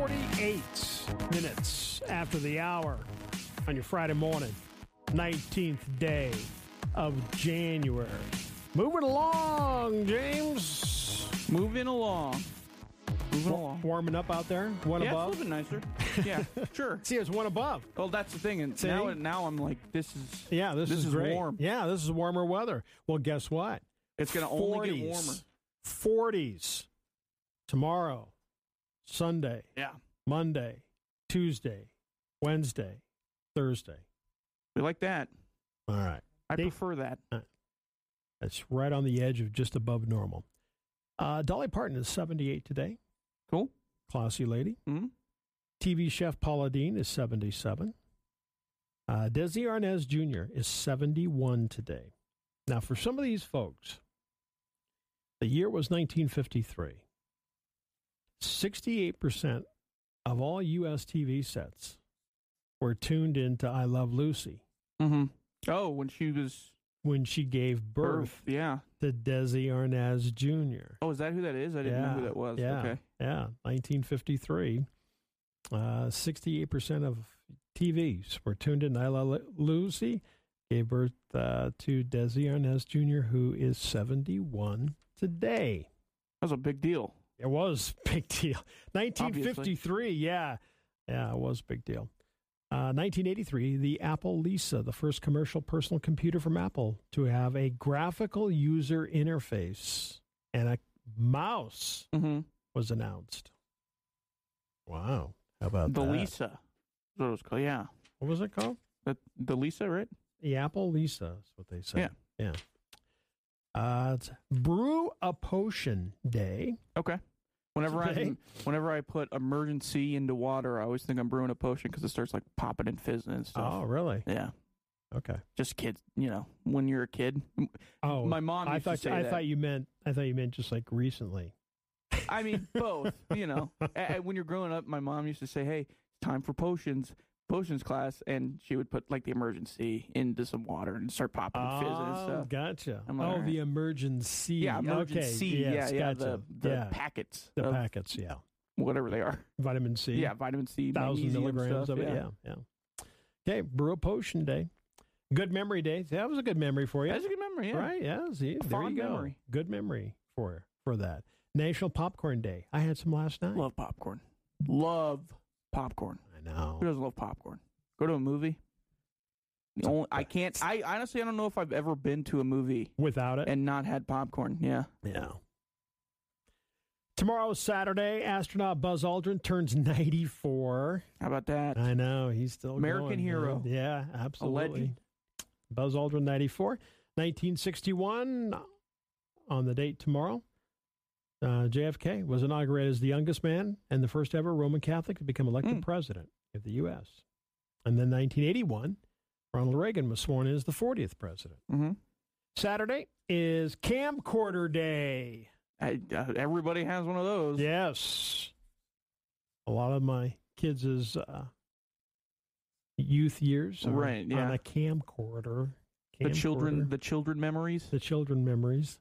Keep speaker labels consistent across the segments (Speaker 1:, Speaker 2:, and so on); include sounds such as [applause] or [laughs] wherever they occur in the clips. Speaker 1: 48 minutes after the hour on your Friday morning, 19th day of January. Moving along, James.
Speaker 2: Moving along. Moving along.
Speaker 1: Warming up out there. One
Speaker 2: yeah,
Speaker 1: above.
Speaker 2: it's a little bit nicer.
Speaker 1: [laughs]
Speaker 2: Yeah, sure.
Speaker 1: See, it's one above.
Speaker 2: Well, that's the thing. And
Speaker 1: See?
Speaker 2: now, now I'm like, this is
Speaker 1: Yeah, this,
Speaker 2: This
Speaker 1: is,
Speaker 2: is
Speaker 1: great.
Speaker 2: warm.
Speaker 1: Yeah, this is warmer weather. Well, guess what?
Speaker 2: it's going to only get warmer.
Speaker 1: 40s tomorrow, Sunday,
Speaker 2: Yeah,
Speaker 1: Monday, Tuesday, Wednesday, Thursday.
Speaker 2: we like that.
Speaker 1: All right.
Speaker 2: I
Speaker 1: They-
Speaker 2: prefer that.
Speaker 1: That's right on the edge of just above normal. Uh, Dolly Parton is 78 today.
Speaker 2: Cool.
Speaker 1: Classy lady.
Speaker 2: hmm
Speaker 1: TV chef Paula Dean is 77. Uh, Desi Arnaz Jr. is 71 today. Now, for some of these folks, the year was 1953. 68% of all U.S. TV sets were tuned into I Love Lucy
Speaker 2: hmm Oh, when she was
Speaker 1: when she gave birth
Speaker 2: birth. Yeah.
Speaker 1: to Desi Arnaz Jr.
Speaker 2: Oh, is that who that is? I didn't know who that was.
Speaker 1: Yeah,
Speaker 2: Okay.
Speaker 1: yeah. 1953. Uh, 68% of TVs were tuned in. Nyla Lucy gave birth uh, to Desi Arnaz Jr., who is 71 today.
Speaker 2: That was a big deal.
Speaker 1: It was [laughs] a big deal. 1953, yeah. Yeah, it was a big deal. Uh, 1983, the Apple Lisa, the first commercial personal computer from Apple to have a graphical user interface and a mouse
Speaker 2: hmm
Speaker 1: was announced. Wow. How about
Speaker 2: The
Speaker 1: that?
Speaker 2: Lisa. That's what it was called. Yeah.
Speaker 1: What was it called?
Speaker 2: That, the Lisa, right?
Speaker 1: The Apple Lisa is what they say. Yeah. Yeah. Uh, it's Brew a Potion Day.
Speaker 2: Okay. Whenever
Speaker 1: Today?
Speaker 2: I whenever I put emergency into water, I always think I'm brewing a potion because it starts like popping and fizzing and stuff.
Speaker 1: Oh, really?
Speaker 2: Yeah,
Speaker 1: Okay.
Speaker 2: just kids. You know, when you're a kid,
Speaker 1: Oh,
Speaker 2: my mom. Used
Speaker 1: I thought
Speaker 2: to say
Speaker 1: I
Speaker 2: that.
Speaker 1: thought you meant I thought you meant just like recently. [laughs]
Speaker 2: I mean, both. You know, A- a- when you're growing up, my mom used to say, "Hey, it's time for potions." Potions class, and she would put like the emergency into some water and start popping and fizzing and
Speaker 1: Oh,
Speaker 2: stuff.
Speaker 1: gotcha.
Speaker 2: I'm
Speaker 1: oh,
Speaker 2: like, all
Speaker 1: the emergency.
Speaker 2: Yeah,
Speaker 1: Okay,
Speaker 2: emergency.
Speaker 1: yes,
Speaker 2: yeah, yeah.
Speaker 1: gotcha.
Speaker 2: The, the
Speaker 1: yeah.
Speaker 2: packets
Speaker 1: the
Speaker 2: of
Speaker 1: packets. Yeah,
Speaker 2: whatever they are.
Speaker 1: vitamin C.
Speaker 2: Yeah, vitamin C,
Speaker 1: thousand
Speaker 2: magnesium
Speaker 1: milligrams of
Speaker 2: stuff,
Speaker 1: it. Yeah. yeah, Okay, brew a potion day. Good memory day. That was a good memory for you,
Speaker 2: That's a good memory. Yeah.
Speaker 1: right? Yeah, see, there
Speaker 2: fond
Speaker 1: you go.
Speaker 2: memory.
Speaker 1: Good memory for for that. National Popcorn Day. I had some last night.
Speaker 2: Love popcorn. Love popcorn.
Speaker 1: I
Speaker 2: Who
Speaker 1: know.
Speaker 2: doesn't love popcorn? Go to a movie. The only I can't. I honestly, I don't know if I've ever been to a movie
Speaker 1: Without it,
Speaker 2: and not had popcorn. Yeah.
Speaker 1: yeah. Tomorrow, Saturday, astronaut Buzz Aldrin turns 94.
Speaker 2: How about that?
Speaker 1: I know he's still
Speaker 2: American
Speaker 1: going,
Speaker 2: hero.
Speaker 1: man. Yeah, absolutely.
Speaker 2: legend.
Speaker 1: Buzz Aldrin, 94. 1961, on the date tomorrow, uh, JFK was inaugurated as the youngest man and the first ever Roman Catholic to become elected
Speaker 2: Mm.
Speaker 1: president of the U.S. And then 1981, Ronald Reagan was sworn in as the 40th president.
Speaker 2: hmm
Speaker 1: Saturday is Camcorder Day.
Speaker 2: I, uh, everybody has one of those.
Speaker 1: Yes. A lot of my kids' uh, youth years are
Speaker 2: Right, yeah.
Speaker 1: on a camcorder.
Speaker 2: The children,
Speaker 1: Camcorder.
Speaker 2: the children memories.
Speaker 1: the children memories.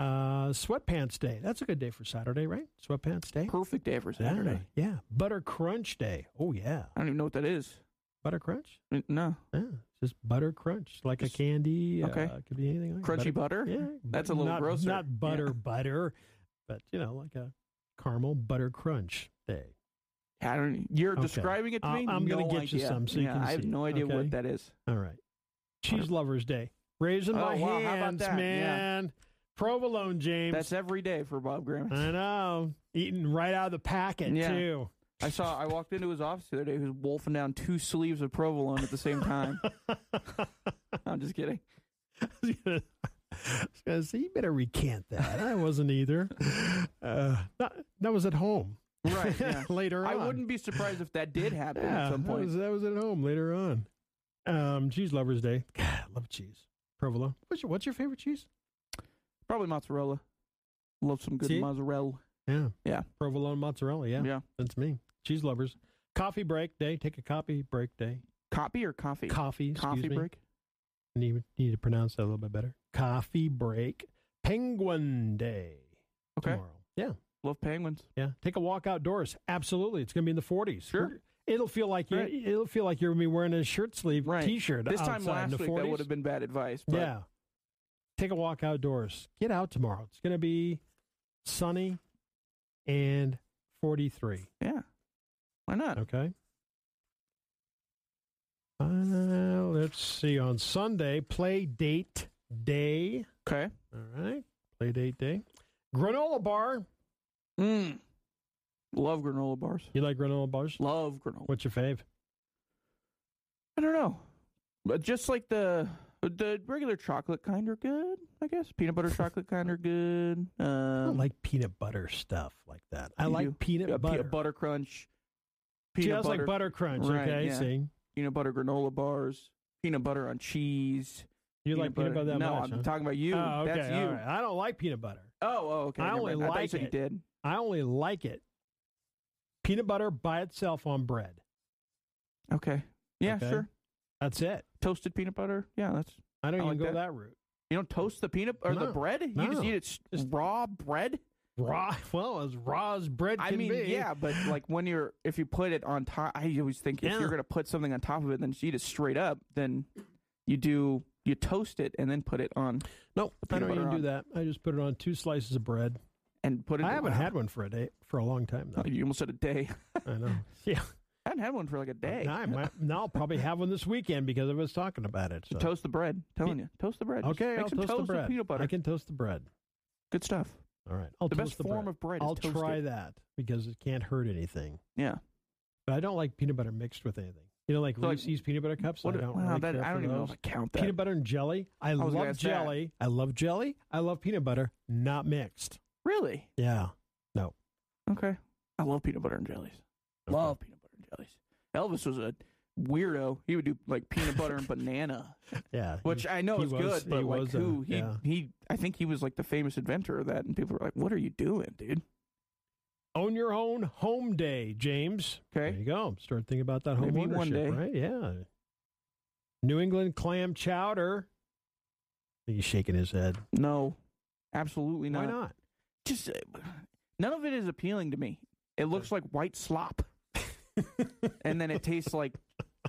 Speaker 1: Uh, sweatpants day. That's a good day for Saturday, right? Sweatpants day.
Speaker 2: Perfect day for Saturday.
Speaker 1: Yeah. yeah. Butter crunch day. Oh yeah.
Speaker 2: I don't even know what that is.
Speaker 1: Butter crunch.
Speaker 2: N- No,
Speaker 1: Yeah. it's Just butter crunch, like
Speaker 2: Just-
Speaker 1: a candy.
Speaker 2: okay.
Speaker 1: Uh, could be anything. Like
Speaker 2: crunchy butter.
Speaker 1: Yeah,
Speaker 2: That's
Speaker 1: but
Speaker 2: a little
Speaker 1: not,
Speaker 2: grosser.
Speaker 1: Not butter,
Speaker 2: Yeah.
Speaker 1: butter, but you know, like a caramel butter crunch day.
Speaker 2: I don't. You're
Speaker 1: Okay.
Speaker 2: describing it to
Speaker 1: I-
Speaker 2: me.
Speaker 1: I'm gonna
Speaker 2: No
Speaker 1: get you
Speaker 2: idea.
Speaker 1: some so you
Speaker 2: yeah,
Speaker 1: can
Speaker 2: I have
Speaker 1: see
Speaker 2: no
Speaker 1: it.
Speaker 2: idea
Speaker 1: Okay.
Speaker 2: what that is.
Speaker 1: All right, cheese lovers day. Raising
Speaker 2: Oh,
Speaker 1: my
Speaker 2: wow, how about
Speaker 1: hands,
Speaker 2: that? Yeah.
Speaker 1: man. Provolone, James.
Speaker 2: That's every day for Bob Graham.
Speaker 1: I know. Eating right out of the packet
Speaker 2: Yeah.
Speaker 1: too. [laughs]
Speaker 2: I saw. I walked into his office the other day. He was wolfing down two sleeves of provolone at the
Speaker 1: [laughs]
Speaker 2: same time. I'm just kidding.
Speaker 1: I was gonna say, you better recant that. I wasn't either. Uh, that, that was at home
Speaker 2: Right. Yeah.
Speaker 1: [laughs] later
Speaker 2: I
Speaker 1: on.
Speaker 2: wouldn't be surprised if that did happen
Speaker 1: Yeah,
Speaker 2: at some
Speaker 1: That
Speaker 2: point.
Speaker 1: was, that was at home later on. Um, cheese lovers day. God, I love cheese. Provolone. What's your, what's your favorite cheese?
Speaker 2: Probably mozzarella. Love some good
Speaker 1: See?
Speaker 2: mozzarella.
Speaker 1: Yeah.
Speaker 2: Yeah.
Speaker 1: Provolone mozzarella. Yeah.
Speaker 2: Yeah.
Speaker 1: That's me. Cheese lovers. Coffee break day. Take a coffee break day.
Speaker 2: Coffee or coffee?
Speaker 1: Coffee. Excuse
Speaker 2: coffee
Speaker 1: me.
Speaker 2: break.
Speaker 1: Need, need to pronounce that a little bit better. Coffee break. Penguin day
Speaker 2: Okay.
Speaker 1: tomorrow. Yeah.
Speaker 2: Love penguins.
Speaker 1: Yeah, take a walk outdoors. Absolutely, it's going to be in the 40s.
Speaker 2: Sure.
Speaker 1: it'll feel like you,
Speaker 2: Right.
Speaker 1: it'll feel like you're going to be wearing a shirt sleeve
Speaker 2: Right.
Speaker 1: T-shirt.
Speaker 2: This
Speaker 1: outside
Speaker 2: time
Speaker 1: in
Speaker 2: last
Speaker 1: the
Speaker 2: week,
Speaker 1: 40s.
Speaker 2: that would have been bad advice. But
Speaker 1: yeah, take a walk outdoors. Get out tomorrow. It's going to be sunny and 43.
Speaker 2: yeah. Why not?
Speaker 1: Okay. Uh, let's see. On Sunday, play date day.
Speaker 2: Okay.
Speaker 1: All right, play date day. Granola bar.
Speaker 2: Mm. Love granola bars.
Speaker 1: You like granola bars?
Speaker 2: Love granola.
Speaker 1: What's your fave?
Speaker 2: I don't know. But just like the the regular chocolate kind are good, I guess. Peanut
Speaker 1: [laughs]
Speaker 2: butter chocolate kind are good.
Speaker 1: I don't
Speaker 2: Um,
Speaker 1: like peanut butter stuff like that. I
Speaker 2: You
Speaker 1: like
Speaker 2: do?
Speaker 1: peanut
Speaker 2: uh,
Speaker 1: butter.
Speaker 2: pe- butter crunch.
Speaker 1: See,
Speaker 2: Peanut
Speaker 1: that's
Speaker 2: butter,
Speaker 1: like butter crunch.
Speaker 2: Right,
Speaker 1: okay,
Speaker 2: yeah.
Speaker 1: see,
Speaker 2: peanut butter granola bars, peanut butter on cheese.
Speaker 1: you like peanut butter that
Speaker 2: no,
Speaker 1: much?
Speaker 2: I'm
Speaker 1: huh?
Speaker 2: talking about you.
Speaker 1: Oh, okay,
Speaker 2: That's you.
Speaker 1: all right. I don't like peanut butter.
Speaker 2: Oh, oh, okay.
Speaker 1: I
Speaker 2: never
Speaker 1: only
Speaker 2: mind. thought you
Speaker 1: like
Speaker 2: said you
Speaker 1: it.
Speaker 2: did.
Speaker 1: I only like it. Peanut butter by itself on bread.
Speaker 2: Okay. Yeah,
Speaker 1: Okay.
Speaker 2: sure.
Speaker 1: That's it.
Speaker 2: Toasted peanut butter. Yeah, that's.
Speaker 1: I don't
Speaker 2: I
Speaker 1: even
Speaker 2: like
Speaker 1: go
Speaker 2: that.
Speaker 1: that, route.
Speaker 2: You don't toast the peanut or the
Speaker 1: No,
Speaker 2: bread. You
Speaker 1: no.
Speaker 2: just eat it s-
Speaker 1: Just-
Speaker 2: raw bread.
Speaker 1: Raw, [laughs] well, as raw as bread
Speaker 2: I
Speaker 1: can
Speaker 2: mean,
Speaker 1: be.
Speaker 2: yeah, but like when you're if you put it on top, I always think if
Speaker 1: Yeah.
Speaker 2: you're gonna put something on top of it, then just eat it straight up. Then you do you toast it and then put it on
Speaker 1: No, I
Speaker 2: peanut
Speaker 1: don't even
Speaker 2: butter
Speaker 1: do that. I just put it on two slices of bread.
Speaker 2: and put it.
Speaker 1: I haven't
Speaker 2: wow.
Speaker 1: had one for a day for a long time
Speaker 2: [laughs]
Speaker 1: though.
Speaker 2: You almost said a day.
Speaker 1: I know. Yeah,
Speaker 2: I haven't had one for like a day.
Speaker 1: Now, I might, now I'll probably have one this weekend because I was talking about it.
Speaker 2: So
Speaker 1: So.
Speaker 2: Toast the bread. Telling you, toast the bread. Just
Speaker 1: okay,
Speaker 2: make
Speaker 1: I'll
Speaker 2: some
Speaker 1: toast the
Speaker 2: toast with
Speaker 1: bread.
Speaker 2: peanut butter.
Speaker 1: I can toast the bread.
Speaker 2: Good stuff.
Speaker 1: All right, I'll
Speaker 2: the
Speaker 1: toast
Speaker 2: best
Speaker 1: the
Speaker 2: form
Speaker 1: bread.
Speaker 2: of bread.
Speaker 1: I'll
Speaker 2: is toasted.
Speaker 1: try that because it can't hurt anything.
Speaker 2: Yeah.
Speaker 1: But I don't like peanut butter mixed with anything. You know, like
Speaker 2: So, like,
Speaker 1: Reese's peanut butter cups.
Speaker 2: What
Speaker 1: I
Speaker 2: a-
Speaker 1: don't
Speaker 2: wow,
Speaker 1: really
Speaker 2: that,
Speaker 1: care
Speaker 2: I
Speaker 1: for
Speaker 2: don't even know
Speaker 1: those.
Speaker 2: if I count that.
Speaker 1: Peanut butter and jelly. I,
Speaker 2: was gonna
Speaker 1: love
Speaker 2: ask that.
Speaker 1: jelly. I love jelly. I love peanut butter, not mixed.
Speaker 2: Really?
Speaker 1: Yeah.
Speaker 2: Okay. I love peanut butter and jellies.
Speaker 1: Okay.
Speaker 2: Love peanut butter and jellies. Elvis was a weirdo. He would do like peanut
Speaker 1: [laughs]
Speaker 2: butter and banana,
Speaker 1: Yeah.
Speaker 2: which I know
Speaker 1: he
Speaker 2: is
Speaker 1: was-
Speaker 2: good, but
Speaker 1: he
Speaker 2: like
Speaker 1: was a-
Speaker 2: who he
Speaker 1: yeah.
Speaker 2: he I think he was like the famous inventor of that, and people were like, "What are you doing, dude?"
Speaker 1: own your own home day, James. There
Speaker 2: Okay.
Speaker 1: you go. Start thinking about that home
Speaker 2: Maybe
Speaker 1: ownership,
Speaker 2: one day.
Speaker 1: right? Yeah. New England clam chowder. He's shaking his head.
Speaker 2: No, absolutely
Speaker 1: Why
Speaker 2: not.
Speaker 1: not?
Speaker 2: Just uh, none of it is appealing to me. It looks like white slop, and then it tastes like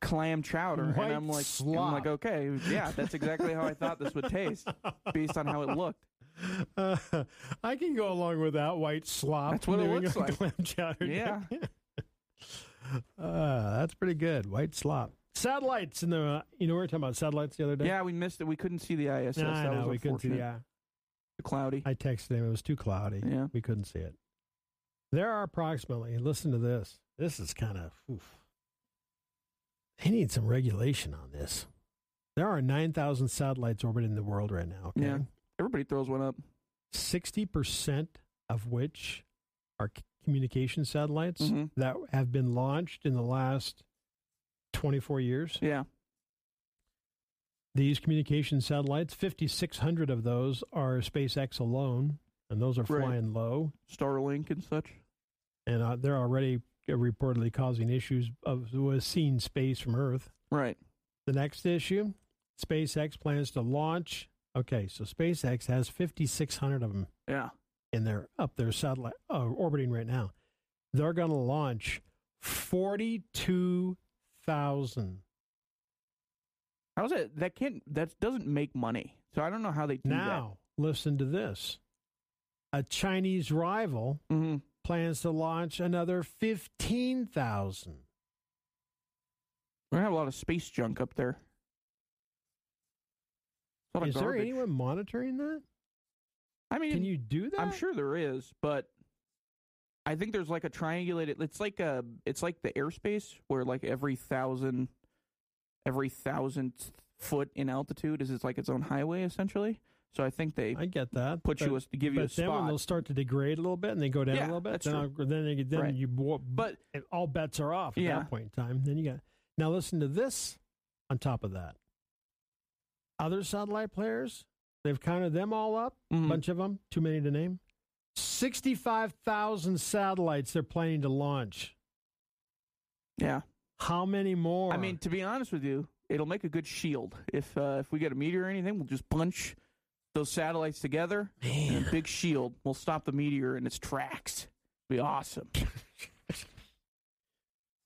Speaker 2: clam chowder,
Speaker 1: White
Speaker 2: and I'm like,
Speaker 1: slop.
Speaker 2: I'm like, okay, [laughs] yeah, that's exactly how I thought this
Speaker 1: [laughs]
Speaker 2: would taste based on how it looked.
Speaker 1: Uh, I can go along with that white slop.
Speaker 2: That's what it
Speaker 1: New
Speaker 2: looks
Speaker 1: England [laughs]
Speaker 2: like.
Speaker 1: Clam chowder.
Speaker 2: Yeah.
Speaker 1: Uh, that's pretty good. White slop. Satellites in the uh, you know we were talking about satellites the other day.
Speaker 2: Yeah, we missed it. We couldn't see the ISS.
Speaker 1: Nah,
Speaker 2: that
Speaker 1: I know
Speaker 2: was
Speaker 1: we couldn't see.
Speaker 2: unfortunate.
Speaker 1: Yeah,
Speaker 2: Cloudy.
Speaker 1: I texted him. It was too cloudy.
Speaker 2: Yeah.
Speaker 1: we couldn't see it. There are approximately. Listen to this. This is kind of. oof. They need some regulation on this. There are nine thousand satellites orbiting the world right now. Okay?
Speaker 2: Yeah. Everybody throws one up.
Speaker 1: sixty percent of which are c- communication satellites
Speaker 2: Mhm.
Speaker 1: that have been launched in the last twenty-four years.
Speaker 2: Yeah.
Speaker 1: These communication satellites, fifty-six hundred of those are SpaceX alone, and those are
Speaker 2: Right.
Speaker 1: flying low,
Speaker 2: Starlink and such.
Speaker 1: and uh, they're already uh, reportedly causing issues of with seen space from Earth.
Speaker 2: Right.
Speaker 1: The next issue, SpaceX plans to launch. Okay, so SpaceX has fifty-six hundred of them.
Speaker 2: Yeah.
Speaker 1: and they're up their satellite uh, orbiting right now. They're going to launch 42,000.
Speaker 2: How's it? That can't. That doesn't make money. So I don't know how they do
Speaker 1: Now, listen to this. A Chinese rival
Speaker 2: that. hmm
Speaker 1: plans to launch another 15,000.
Speaker 2: We're gonna have a lot of space junk up there. A lot of
Speaker 1: Is there
Speaker 2: garbage.
Speaker 1: anyone monitoring that?
Speaker 2: I mean,
Speaker 1: Can you do that?
Speaker 2: I'm sure there is, but I think there's like a triangulated. It's like a. It's like the airspace where like every thousand, every thousandth foot in altitude is it's like its own highway essentially. So I think they
Speaker 1: I get that.
Speaker 2: put you
Speaker 1: but-
Speaker 2: a, give you a
Speaker 1: but then when they'll
Speaker 2: spot.
Speaker 1: start to degrade a little bit and they go down
Speaker 2: Yeah,
Speaker 1: a little bit,
Speaker 2: that's
Speaker 1: then,
Speaker 2: true.
Speaker 1: I'll- then, they, then
Speaker 2: Right.
Speaker 1: you bo-
Speaker 2: But
Speaker 1: and all bets are off at
Speaker 2: Yeah.
Speaker 1: that point in time. Then you got now listen to this on top of that. Other satellite players, they've counted them all up,
Speaker 2: Mhm.
Speaker 1: bunch of them, too many to name. 65,000 satellites they're planning to launch.
Speaker 2: yeah,
Speaker 1: How many more?
Speaker 2: I mean to be honest with you, it'll make a good shield if uh, if we get a meteor or anything, we'll just punch those satellites together and a big shield will stop the meteor in its tracks. Be awesome.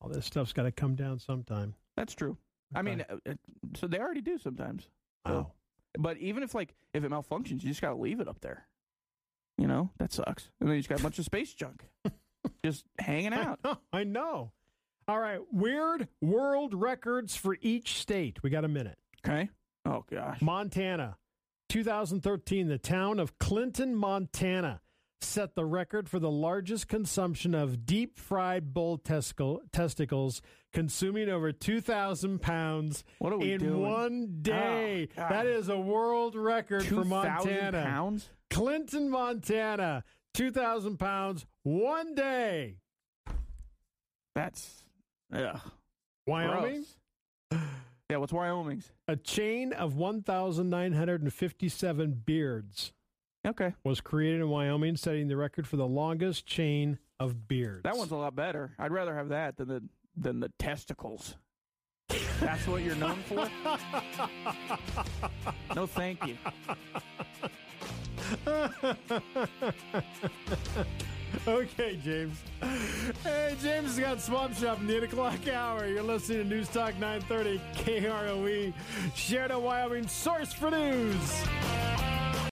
Speaker 1: All this stuff's got to come down sometime.
Speaker 2: That's true. I mean, uh, uh, so they already do sometimes.
Speaker 1: wow.
Speaker 2: But even if like if it malfunctions, you just gotta leave it up there. You know that sucks. And then you just got a bunch of space junk
Speaker 1: [laughs]
Speaker 2: just hanging out.
Speaker 1: I know, I know. All right. Weird world records for each state. We got a minute.
Speaker 2: Okay. Oh gosh.
Speaker 1: Montana. 2013, the town of Clinton, Montana set the record for the largest consumption of deep fried bull testicle, testicles, consuming over 2,000 pounds
Speaker 2: What are we
Speaker 1: in
Speaker 2: doing? Oh,
Speaker 1: one day.
Speaker 2: God.
Speaker 1: that is a world record for
Speaker 2: 2,000
Speaker 1: Montana.
Speaker 2: pounds.
Speaker 1: Clinton, Montana, 2,000 pounds, one day.
Speaker 2: That's yeah.
Speaker 1: Wyoming,
Speaker 2: Yeah. What's Wyoming's?
Speaker 1: a chain of 1,957 beards
Speaker 2: Okay.
Speaker 1: was created in Wyoming, setting the record for the longest chain of beards.
Speaker 2: That one's a lot better. I'd rather have that than the than the testicles. That's what you're known
Speaker 1: [laughs]
Speaker 2: for. No, thank you.
Speaker 1: [laughs] okay, James. Hey, James has got Swamp Shop in the 8 o'clock hour. You're listening to E. News Talk 930 KROE, Sharon, Wyoming, source for news.